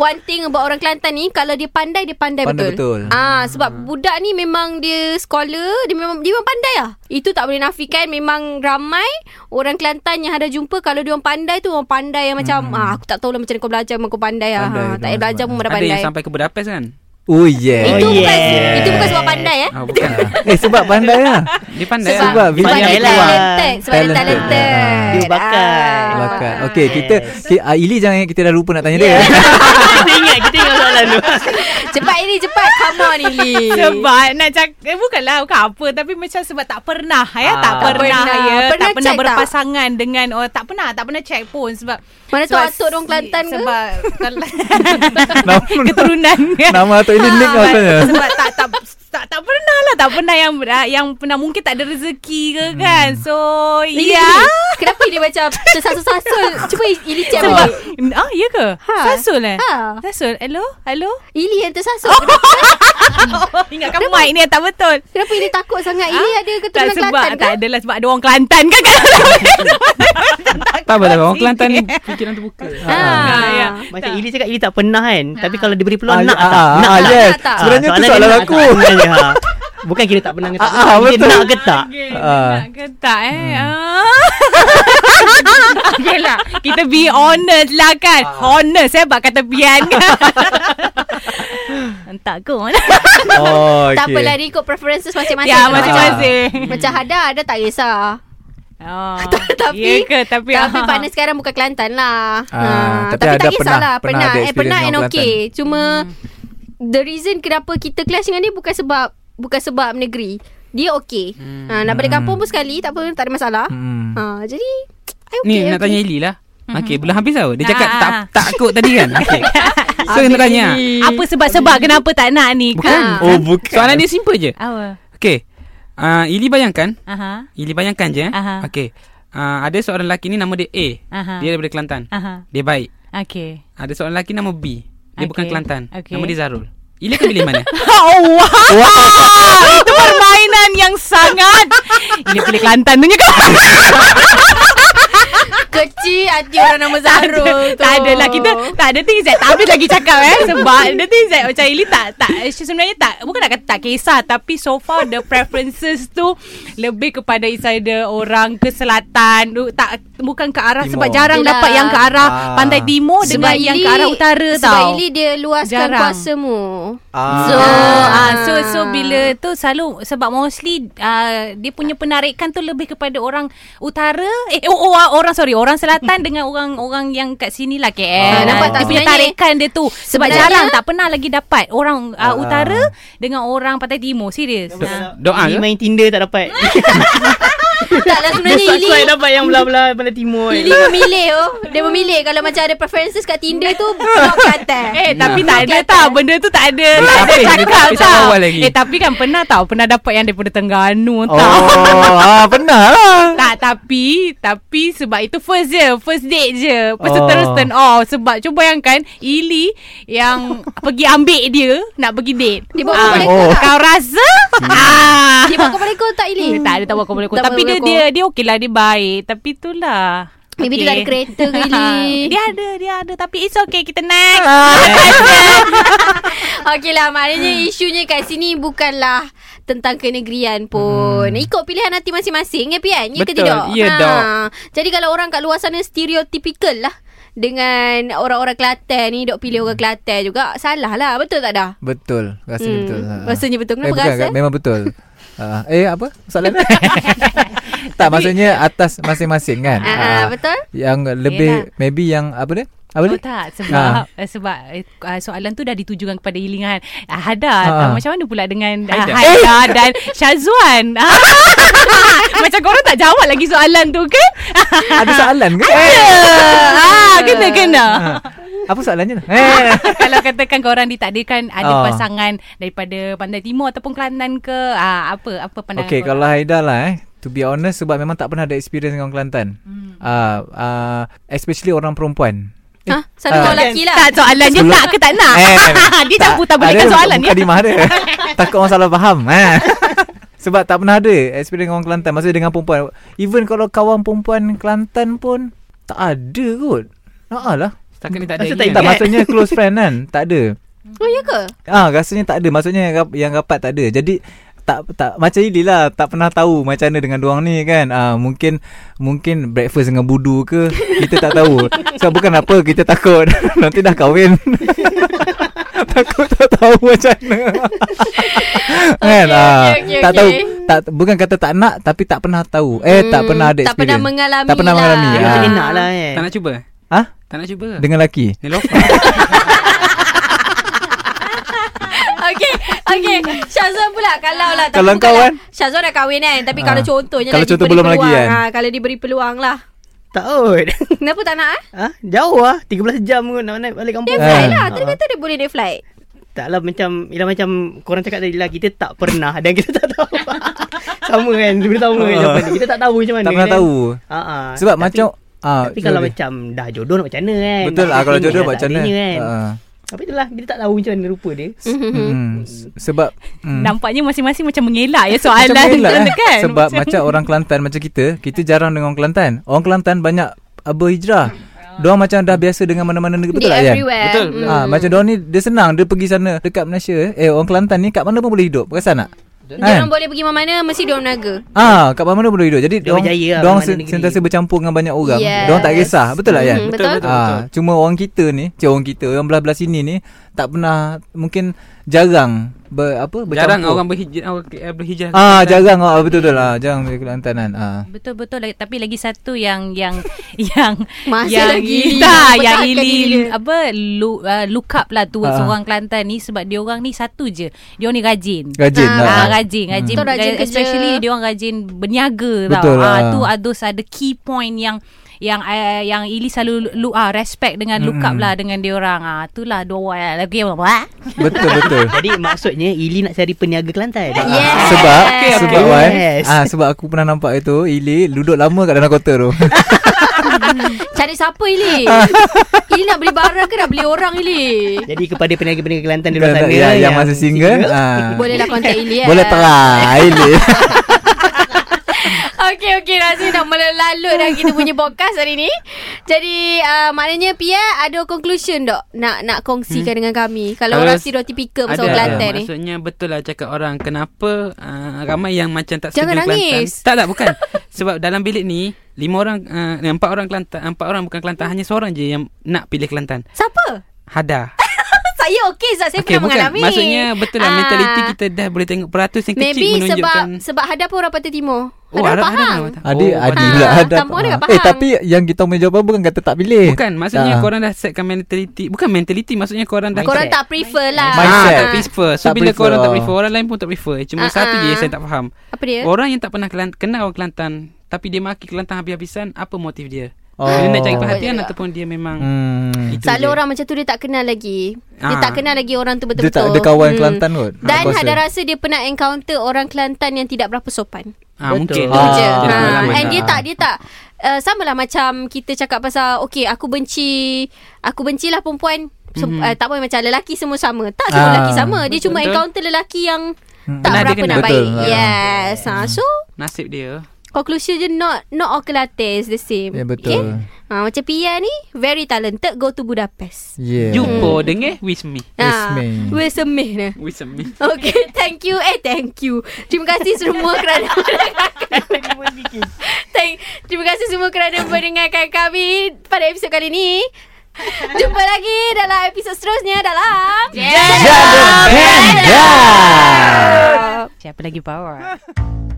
Speaker 2: one thing about orang Kelantan ni kalau dia pandai dia pandai,
Speaker 5: Pandai betul. Hmm.
Speaker 2: Ah sebab budak ni memang dia scholar, dia memang dia memang pandai lah. Itu tak boleh nafikan memang ramai orang Kelantan yang ada jumpa kalau dia orang pandai tu orang pandai yang macam ah aku tak tahu lah macam mana kau belajar memang kau pandai lah.
Speaker 5: Hmm. Pandai
Speaker 2: Ha,
Speaker 5: tu
Speaker 2: tak payah
Speaker 5: lah
Speaker 2: belajar pun
Speaker 5: sebab-
Speaker 2: dah
Speaker 6: Ada
Speaker 2: pandai.
Speaker 6: yang sampai ke Budapest kan?
Speaker 5: Oh yeah
Speaker 2: itu
Speaker 4: Oh,
Speaker 2: bukan
Speaker 4: yeah.
Speaker 2: itu bukan sebab pandai eh.
Speaker 6: Ah, bukan.
Speaker 5: Eh sebab pandai lah
Speaker 6: Dia pandai
Speaker 2: Sebab,
Speaker 5: Sebab
Speaker 6: lah.
Speaker 2: sebab
Speaker 4: pandai
Speaker 2: dia
Speaker 4: lah.
Speaker 2: talented Sebab dia
Speaker 5: Talented.
Speaker 2: talented
Speaker 4: Dia bakat.
Speaker 2: Ah.
Speaker 5: Bakat Okay kita ki- ah, Ili jangan ingat kita dah lupa nak tanya dia
Speaker 4: kita ingat kita ingat soalan tu.
Speaker 2: Cepat ini cepat Come on Ili
Speaker 3: Sebab nak cakap eh, Bukanlah bukan apa Tapi macam sebab tak pernah ya
Speaker 6: Ah.
Speaker 3: Tak
Speaker 6: Tak
Speaker 2: pernah.
Speaker 3: pernah, ya
Speaker 2: Pernah
Speaker 3: Tak pernah
Speaker 2: check tak?
Speaker 3: berpasangan dengan orang Tak pernah Tak pernah check pun Sebab
Speaker 2: Mana tahu
Speaker 3: sebab
Speaker 2: atuk dia orang
Speaker 3: si-
Speaker 2: Kelantan ke?
Speaker 3: Sebab kalau-
Speaker 5: Nama-
Speaker 3: Keturunan
Speaker 5: Nama tu Ili Nick
Speaker 3: Ah,
Speaker 5: rasanya
Speaker 3: Sebab tak tak tak tak pernah lah tak pernah yang ah, yang pernah mungkin tak ada rezeki ke kan
Speaker 5: Hmm.
Speaker 3: so
Speaker 2: Ili,
Speaker 3: ya
Speaker 2: Kenapa dia macam Tersasul-sasul Cuba Ili cek
Speaker 3: sebab
Speaker 2: balik
Speaker 3: ah ya ke
Speaker 2: Ha.
Speaker 3: sasul eh
Speaker 2: Ha.
Speaker 3: sasul hello hello
Speaker 2: Ili yang tersasul Kenapa, Oh,
Speaker 3: ingatkan mic ni yang tak betul
Speaker 2: kenapa Ili takut sangat Ili
Speaker 3: Ah,
Speaker 2: ada keturunan
Speaker 3: tak, sebab,
Speaker 2: Kelantan
Speaker 3: Tak
Speaker 2: ke?
Speaker 3: adalah sebab ada orang Kelantan kan
Speaker 6: Tak apa, tak apa. Orang Kelantan ni fikiran terbuka.
Speaker 5: Ah,
Speaker 2: Ha.
Speaker 3: ya.
Speaker 4: Macam Ili cakap Ili tak pernah kan.
Speaker 2: Ah.
Speaker 4: Tapi kalau diberi peluang nak
Speaker 5: ah,
Speaker 4: tak?
Speaker 5: ah,
Speaker 4: Nak
Speaker 5: ah,
Speaker 4: tak?
Speaker 5: yes.
Speaker 2: nak tak?
Speaker 5: Sebenarnya tu
Speaker 4: soalan dia
Speaker 5: soalan
Speaker 4: nak
Speaker 5: aku
Speaker 4: tak? Sebenarnya, ha. Bukan kita tak pernah ke tak.
Speaker 5: Ah, ah,
Speaker 4: Kita
Speaker 5: betul.
Speaker 4: nak ke tak?
Speaker 3: Okay,
Speaker 5: Ah.
Speaker 3: nak ke tak eh? Ah. okay lah. Kita be honest lah kan. Honest eh bak kata pian kan. Entah ke.
Speaker 5: Oh okay
Speaker 2: Tak apalah Dia ikut preferences masing-masing
Speaker 3: ya,
Speaker 2: Macam-
Speaker 3: masing-masing.
Speaker 2: Macam Hada Ada tak kisah
Speaker 3: Oh.
Speaker 2: Tapi
Speaker 3: Ya ke? Tapi,
Speaker 2: Tapi
Speaker 3: ah.
Speaker 2: partner sekarang Bukan Kelantan lah
Speaker 5: Ah,
Speaker 2: ha.
Speaker 5: tapi
Speaker 2: Tapi,
Speaker 5: ada
Speaker 2: tak kisahlah
Speaker 5: pernah- pernah
Speaker 2: Pernah Eh
Speaker 5: ada
Speaker 2: pernah
Speaker 5: experience
Speaker 2: and
Speaker 5: dengan orang
Speaker 2: okay Cuma The reason kenapa Kita clash dengan dia Bukan sebab Bukan sebab negeri Dia okay ha, Nak balik kampung pun sekali Tak apa Tak ada masalah
Speaker 5: Hmm.
Speaker 2: ha, Jadi I okay Mhm.
Speaker 6: Ni nak tanya
Speaker 2: okay.
Speaker 6: Ili lah. Okey, belum habis tau. Dia cakap
Speaker 3: Ah, ah,
Speaker 6: tak
Speaker 3: ah.
Speaker 6: tak kot tadi kan. Okey. So nak tanya.
Speaker 3: Apa sebab-sebab kenapa tak nak ni?
Speaker 6: Bukan.
Speaker 2: Ah.
Speaker 5: Oh bukan
Speaker 6: Soalan dia simple je.
Speaker 3: Apa?
Speaker 6: Okey. Ah, Ili bayangkan,
Speaker 3: Aha.
Speaker 6: Ili bayangkan je eh.
Speaker 3: Aha.
Speaker 6: Okey. Ah, ada seorang lelaki ni nama dia A.
Speaker 3: Aha.
Speaker 6: Dia daripada Kelantan.
Speaker 3: Aha.
Speaker 6: Dia baik.
Speaker 3: Okay.
Speaker 6: Ada seorang lelaki nama B. Dia
Speaker 3: Okey.
Speaker 6: bukan Kelantan.
Speaker 3: Okey.
Speaker 6: Nama dia Zarul. Ili akan pilih mana?
Speaker 3: Oh, wow. Itu permainan yang sangat. Ini pilih Kelantan punya kan.
Speaker 2: Kecil hati orang nama Zahrul tu
Speaker 3: Tak adalah kita Tak ada thing Zack Tak habis lagi cakap eh Sebab the thing Zack Macam Ili tak, tak Sebenarnya tak Bukan nak kata tak kisah Tapi so far The preferences tu Lebih kepada Insider Orang ke selatan Du- tak Bukan ke arah Sebab
Speaker 5: Timur.
Speaker 3: jarang
Speaker 2: Yelah.
Speaker 3: dapat Yang ke arah
Speaker 5: Ah.
Speaker 3: Pantai timur Dengan
Speaker 2: Sebab
Speaker 3: yang
Speaker 2: Ili-
Speaker 3: ke arah utara
Speaker 2: sebab
Speaker 3: tau
Speaker 2: Ili dia luaskan
Speaker 3: Jarang.
Speaker 2: kuasamu
Speaker 5: Ah.
Speaker 3: So, ah.
Speaker 2: Ah.
Speaker 3: so so bila tu selalu sebab mostly ah, dia punya penarikan tu lebih kepada orang utara eh oh, oh, ah, orang sorry orang selatan dengan orang orang yang kat sini lah KL.
Speaker 5: Ah,
Speaker 2: nampak tak
Speaker 3: dia punya
Speaker 2: sebenarnya?
Speaker 3: tarikan dia tu sebab
Speaker 2: Sebenarnya-
Speaker 3: jarang tak pernah lagi dapat orang ah,
Speaker 5: Ah.
Speaker 3: utara dengan orang pantai timur serius. Ah.
Speaker 6: Doa
Speaker 4: Ili
Speaker 6: ke?
Speaker 4: main Tinder tak dapat.
Speaker 2: Taklah
Speaker 4: Dia
Speaker 2: lah, sebenarnya Ili
Speaker 4: sesuai dapat yang belah-belah Bala timur
Speaker 2: Ili memilih oh. Dia memilih Kalau macam ada preferences kat Tinder tu Blok kata
Speaker 3: Eh tapi tak
Speaker 6: Nah.
Speaker 3: ada
Speaker 2: Kelakar.
Speaker 3: tau Benda tu tak ada Tak ada
Speaker 6: Tapi-
Speaker 3: cakap
Speaker 6: tapi tak
Speaker 3: tau
Speaker 6: awal lagi.
Speaker 3: Eh tapi kan pernah tau Pernah dapat yang daripada Tengganu
Speaker 5: Oh,
Speaker 3: tau
Speaker 5: ah, pernah lah.
Speaker 3: Tak tapi Tapi sebab itu first je First date je Lepas tu
Speaker 5: Oh.
Speaker 3: terus turn off Sebab cuba bayangkan Ili Yang pergi ambil dia Nak pergi date
Speaker 2: Dia buat
Speaker 3: Ah,
Speaker 2: kepala
Speaker 5: kau
Speaker 3: oh.
Speaker 2: tak?
Speaker 3: Kau rasa ah.
Speaker 2: Dia buat kepala kau tak Ili
Speaker 3: Dia Eh, tak ada tak buat kepala kau
Speaker 2: Tak
Speaker 3: Tapi
Speaker 2: buat
Speaker 3: dia
Speaker 2: kepala
Speaker 3: dia dia okey lah Dia baik Tapi itulah
Speaker 2: Maybe dia tak ada kereta ke, Ili.
Speaker 3: Dia ada Dia ada Tapi it's okay Kita next
Speaker 2: Okey lah maknanya isunya kat sini bukanlah tentang kenegrian pun. Hmm. Ikut pilihan hati masing-masing ya Pian, ya ke
Speaker 6: Betul.
Speaker 2: tidak?
Speaker 6: Ya, Dok.
Speaker 2: Jadi kalau orang kat luar sana stereotypical lah dengan orang-orang Kelantan ni dok pilih orang Kelantan juga. Salah lah. Betul tak dah?
Speaker 5: Betul. Rasanya
Speaker 2: Hmm.
Speaker 5: betul. Ha.
Speaker 2: Rasanya betul. Kenapa
Speaker 5: eh, bukan,
Speaker 2: rasa?
Speaker 5: Kak. Memang betul. Ah, eh apa? Soalan? tak maksudnya atas masing-masing kan.
Speaker 2: Ah,
Speaker 5: Ah,
Speaker 2: betul?
Speaker 5: Yang lebih maybe yang apa dia? Apa
Speaker 3: Oh
Speaker 5: dia?
Speaker 3: tak
Speaker 5: Ah.
Speaker 3: sebab uh, sebab uh, soalan tu dah ditujukan kepada Ilingan. Uh, Hadat
Speaker 5: Ah. Eh!
Speaker 3: uh, macam mana pula dengan uh,
Speaker 6: Haidar.
Speaker 3: Haida dan Syazwan? Ah. macam korang tak jawab lagi soalan tu kan?
Speaker 5: Ada soalan ke?
Speaker 3: ah, kena kena.
Speaker 5: Ah, apa soalannya? Eh.
Speaker 3: Kalau katakan korang ditakdirkan ada
Speaker 5: Ah.
Speaker 3: pasangan daripada Pantai Timur ataupun Kelantan ke ah, apa apa pandangan
Speaker 5: Okay,
Speaker 3: korang?
Speaker 5: kalau Haida lah eh. To be honest sebab memang tak pernah ada experience dengan orang Kelantan. Hmm. Uh, uh, especially orang perempuan.
Speaker 2: Ha, satu
Speaker 5: ah.
Speaker 2: orang lelaki lah.
Speaker 3: tak soalan dia
Speaker 5: Sebelum- Eh,
Speaker 3: tak ke tak nak. dia campur tak berikan soalan ya.
Speaker 5: dia.
Speaker 3: dia.
Speaker 5: Bukan dimah dia. Takut orang salah faham. Ha. Sebab tak pernah ada experience dengan orang Kelantan. Maksudnya dengan perempuan. Even kalau kawan perempuan Kelantan pun tak ada kot. Nah lah.
Speaker 6: Setakat ni tak ada
Speaker 4: Rasa
Speaker 6: lagi
Speaker 5: Tak
Speaker 6: kan?
Speaker 5: maksudnya close friend kan. Tak ada.
Speaker 2: Oh ya ke?
Speaker 5: Ah rasanya tak ada. Maksudnya yang, rap- yang rapat tak ada. Jadi tak tak macam ini lah tak pernah tahu macam mana dengan doang ni kan ah mungkin mungkin breakfast dengan budu ke kita tak tahu so bukan apa kita takut nanti dah kahwin takut tak tahu macam mana kan
Speaker 2: Okey,
Speaker 5: ah
Speaker 2: okey, okey,
Speaker 5: tak
Speaker 2: okey.
Speaker 5: tahu tak bukan kata tak nak tapi tak pernah tahu eh tak
Speaker 2: Hmm,
Speaker 5: pernah ada
Speaker 2: tak pernah
Speaker 5: experience.
Speaker 2: mengalami
Speaker 5: tak pernah
Speaker 2: lah.
Speaker 5: mengalami
Speaker 4: Dia
Speaker 2: Ya.
Speaker 4: macam
Speaker 5: ah.
Speaker 4: enak lah eh
Speaker 6: Tak nak cuba?
Speaker 5: ah
Speaker 6: Tak nak cuba? Dengan
Speaker 5: dengan lelaki
Speaker 6: Nelofa
Speaker 2: Okey, okey. Syazwan pula kalau lah tapi
Speaker 5: Kalau
Speaker 2: bukan
Speaker 5: kau,
Speaker 2: lah.
Speaker 5: Wan?
Speaker 2: Syazwan dah kahwin kan, tapi
Speaker 5: Ah.
Speaker 2: kalau contohnya
Speaker 5: Kalau
Speaker 2: lah
Speaker 5: contoh
Speaker 2: diberi
Speaker 5: belum lagi
Speaker 2: peluang,
Speaker 5: kan?
Speaker 2: ah, kalau diberi peluang lah.
Speaker 4: Tak kot
Speaker 2: Kenapa tak nak ah?
Speaker 4: ha? Jauh lah 13 jam kot nak naik balik
Speaker 2: Dia
Speaker 4: kampung
Speaker 5: Eh.
Speaker 2: flight
Speaker 5: Ah.
Speaker 2: lah Tadi kata dia boleh naik flight
Speaker 4: Tak lah macam Yelah macam Korang cakap tadi lah Kita tak pernah Dan kita tak tahu Sama kan Kita tahu kan jawapan ni. Kita tak tahu macam mana
Speaker 5: Ah. tak pernah
Speaker 4: kan?
Speaker 5: tahu
Speaker 4: ha, ha.
Speaker 5: sebab
Speaker 4: Tapi-
Speaker 5: macam ah
Speaker 4: Tapi kalau
Speaker 5: sorry.
Speaker 4: macam Dah jodoh nak macam mana kan
Speaker 5: betul
Speaker 4: Nak
Speaker 5: ah kalau
Speaker 4: adanya
Speaker 5: jodoh
Speaker 4: lah,
Speaker 5: macam
Speaker 4: tak
Speaker 5: mana
Speaker 4: adanya kan
Speaker 5: Ah.
Speaker 4: Tapi itulah Kita tak tahu macam mana rupa dia
Speaker 5: Hmm, s- sebab hmm.
Speaker 3: Nampaknya masing-masing macam mengelak ya soalan
Speaker 5: Macam elak,
Speaker 3: tu
Speaker 5: eh.
Speaker 3: kan.
Speaker 5: Sebab macam, orang Kelantan macam kita, kita jarang dengan orang Kelantan. Orang Kelantan banyak uh, berhijrah. Diorang macam dah biasa dengan mana-mana negeri betul
Speaker 2: Dia
Speaker 5: tak Yan?
Speaker 2: everywhere
Speaker 6: Betul.
Speaker 2: Mm.
Speaker 5: Ah, macam diorang ni dia senang dia pergi sana dekat Malaysia eh orang Kelantan ni kat mana pun boleh hidup. Perasan tak? Kan?
Speaker 2: Dia orang boleh pergi mana-mana Mesti dia orang menaga
Speaker 5: Ah, kat mana-mana boleh hidup. Jadi
Speaker 4: Dia
Speaker 5: diorang
Speaker 4: berjaya lah
Speaker 5: diorang
Speaker 4: mana-mana
Speaker 5: sen-
Speaker 4: negeri.
Speaker 5: sentiasa bercampur dengan banyak orang.
Speaker 2: Yes.
Speaker 5: Diorang tak kisah, betul tak Yan?
Speaker 2: Mhm,
Speaker 6: Betul,
Speaker 2: Betul
Speaker 6: betul.
Speaker 5: Ah, cuma orang kita ni, cik orang kita, orang belah-belah sini ni tak pernah mungkin jarang ber, apa bercampur.
Speaker 6: Jarang orang berhijrah Orang eh, berhijrah ke
Speaker 5: Ah
Speaker 6: Kelantan.
Speaker 5: jarang ah betul betul lah jarang pergi Kelantan kan. Ah.
Speaker 3: Betul betul lagi tapi lagi satu yang yang yang
Speaker 2: Masih
Speaker 3: yang
Speaker 2: lagi Ili
Speaker 3: tak
Speaker 2: nak
Speaker 3: yang
Speaker 2: pertahankan diri
Speaker 3: Ili
Speaker 2: dia.
Speaker 3: apa lu, uh, look up lah tu
Speaker 5: Ah.
Speaker 3: seorang Kelantan ni sebab dia orang ni satu je. Dia orang ni rajin.
Speaker 5: Rajin
Speaker 2: Ah,
Speaker 5: lah.
Speaker 3: Ah, rajin, rajin,
Speaker 2: Betul, rajin kerja.
Speaker 3: especially dia orang rajin berniaga
Speaker 5: Betul
Speaker 3: tau.
Speaker 5: lah.
Speaker 3: Ah tu ada ada key point yang yang uh, yang Ili selalu lu, ah, respect dengan look up
Speaker 5: Mm-mm.
Speaker 3: lah dengan dia orang. Ah itulah dua orang lagi apa?
Speaker 5: Betul betul.
Speaker 4: Jadi maksudnya Ili nak cari peniaga Kelantan
Speaker 2: Yes.
Speaker 5: Sebab
Speaker 2: Okay, okay.
Speaker 5: sebab Wan,
Speaker 4: Yes.
Speaker 5: ah sebab aku pernah nampak itu Ili duduk lama kat dalam kota tu.
Speaker 2: Cari siapa Ili
Speaker 5: Ah.
Speaker 2: Ili nak beli barang ke Nak beli orang Ili
Speaker 4: Jadi kepada peniaga-peniaga Kelantan di luar sana
Speaker 5: yang, ya, yang, yang masih single, ah.
Speaker 2: Bolehlah contact Ili eh
Speaker 5: Boleh try Ili.
Speaker 2: Okey okey Rasanya dah melalut dah kita punya podcast hari ni. Jadi uh, maknanya Pia ada conclusion dok nak nak kongsikan hmm. dengan kami. Kalau,
Speaker 6: Kalau
Speaker 2: orang
Speaker 6: s-
Speaker 2: stereotypical pasal orang
Speaker 6: Ada, lah. ada.
Speaker 2: Kelantan eh. ni.
Speaker 6: Maksudnya betul lah cakap orang Kenapa uh, ramai yang macam tak
Speaker 2: Jangan
Speaker 6: setuju Kelantan
Speaker 2: nangis.
Speaker 6: Tak tak bukan Sebab dalam bilik ni Lima orang uh, Empat orang Kelantan Empat orang bukan Kelantan Hanya seorang je yang nak pilih Kelantan
Speaker 2: Siapa?
Speaker 6: Hada
Speaker 2: Saya okey Zat. Saya
Speaker 6: Okey,
Speaker 2: pernah mengalami.
Speaker 6: Maksudnya betul lah
Speaker 2: Ah.
Speaker 6: Mentaliti kita dah boleh tengok Peratus yang kecil
Speaker 2: Maybe
Speaker 6: menunjukkan
Speaker 2: sebab sebab hadap orang Pantai Timur.
Speaker 6: Oh,
Speaker 2: Ada
Speaker 6: Arab
Speaker 2: Pahang.
Speaker 6: ada nama tak?
Speaker 5: Adik
Speaker 6: Oh,
Speaker 2: ada.
Speaker 5: adik ah, pula
Speaker 2: Ha,
Speaker 5: ada.
Speaker 2: kampung dia kat
Speaker 5: Eh
Speaker 2: Pahang.
Speaker 5: tapi yang kita punya jawapan bukan kata tak pilih. Ah.
Speaker 6: Bukan Maksudnya
Speaker 5: Tak.
Speaker 6: korang dah setkan mentality Bukan mentality Maksudnya korang dah
Speaker 2: Korang tak prefer lah
Speaker 5: Mindset.
Speaker 6: Ah,
Speaker 5: Mindset.
Speaker 6: tak prefer So
Speaker 5: Tak
Speaker 6: bila
Speaker 5: prefer,
Speaker 6: korang tak
Speaker 5: ah.
Speaker 6: prefer Orang lain pun tak prefer Cuma
Speaker 2: Ah,
Speaker 6: satu je
Speaker 2: ah. Ya.
Speaker 6: yang saya tak faham
Speaker 2: Apa dia?
Speaker 6: Orang yang tak pernah kelan- kenal orang Kelantan Tapi dia maki Kelantan habis-habisan Apa motif dia?
Speaker 5: Oh.
Speaker 6: Dia nak cari
Speaker 2: Boleh
Speaker 6: perhatian
Speaker 2: juga.
Speaker 6: ataupun dia memang
Speaker 5: Hmm.
Speaker 6: Itu
Speaker 2: Selalu
Speaker 6: je.
Speaker 2: orang macam tu Dia tak kenal lagi Dia
Speaker 6: Ah.
Speaker 2: tak kenal lagi orang tu
Speaker 5: Dia
Speaker 2: betul-betul
Speaker 5: tak ada kawan
Speaker 2: Hmm.
Speaker 5: Kelantan kot.
Speaker 2: Dan
Speaker 5: aku rasa.
Speaker 2: ada rasa dia pernah encounter Orang Kelantan yang tidak berapa sopan
Speaker 6: ah, Mungkin
Speaker 4: Betul.
Speaker 2: Itu je.
Speaker 5: Ah.
Speaker 6: Dia lah. dah
Speaker 2: ha.
Speaker 6: pengalaman
Speaker 2: And
Speaker 6: dah.
Speaker 2: dia tak Dia tak uh, Sama lah macam Kita cakap pasal Okay aku benci Aku bencilah perempuan so, mm-hmm. uh, Tak boleh macam Lelaki semua sama Tak semua
Speaker 5: Ah.
Speaker 2: lelaki sama Dia cuma
Speaker 6: Betul.
Speaker 2: encounter lelaki yang
Speaker 5: Hmm.
Speaker 2: Tak
Speaker 6: Pernah dia
Speaker 2: berapa
Speaker 6: kenal.
Speaker 2: nak
Speaker 5: Betul.
Speaker 2: baik
Speaker 5: Ah.
Speaker 2: Yes ha. So
Speaker 6: Nasib dia
Speaker 2: Conclusion je not Not all Kelantan is the same
Speaker 5: Ya betul.
Speaker 2: Ha, macam Pia ni Very talented Go to Budapest Ha,
Speaker 5: Yeah.
Speaker 6: Jumpa dengar With me
Speaker 5: Yes, ma'am.
Speaker 2: Will Smith ni
Speaker 6: With me
Speaker 2: Okay, thank you. Eh, thank you. Terima kasih semua kerana thank, Terima kasih semua kerana mendengarkan kami pada episod kali ini. Jumpa lagi dalam episod seterusnya dalam...
Speaker 5: Janda Panda.
Speaker 3: Siapa lagi power?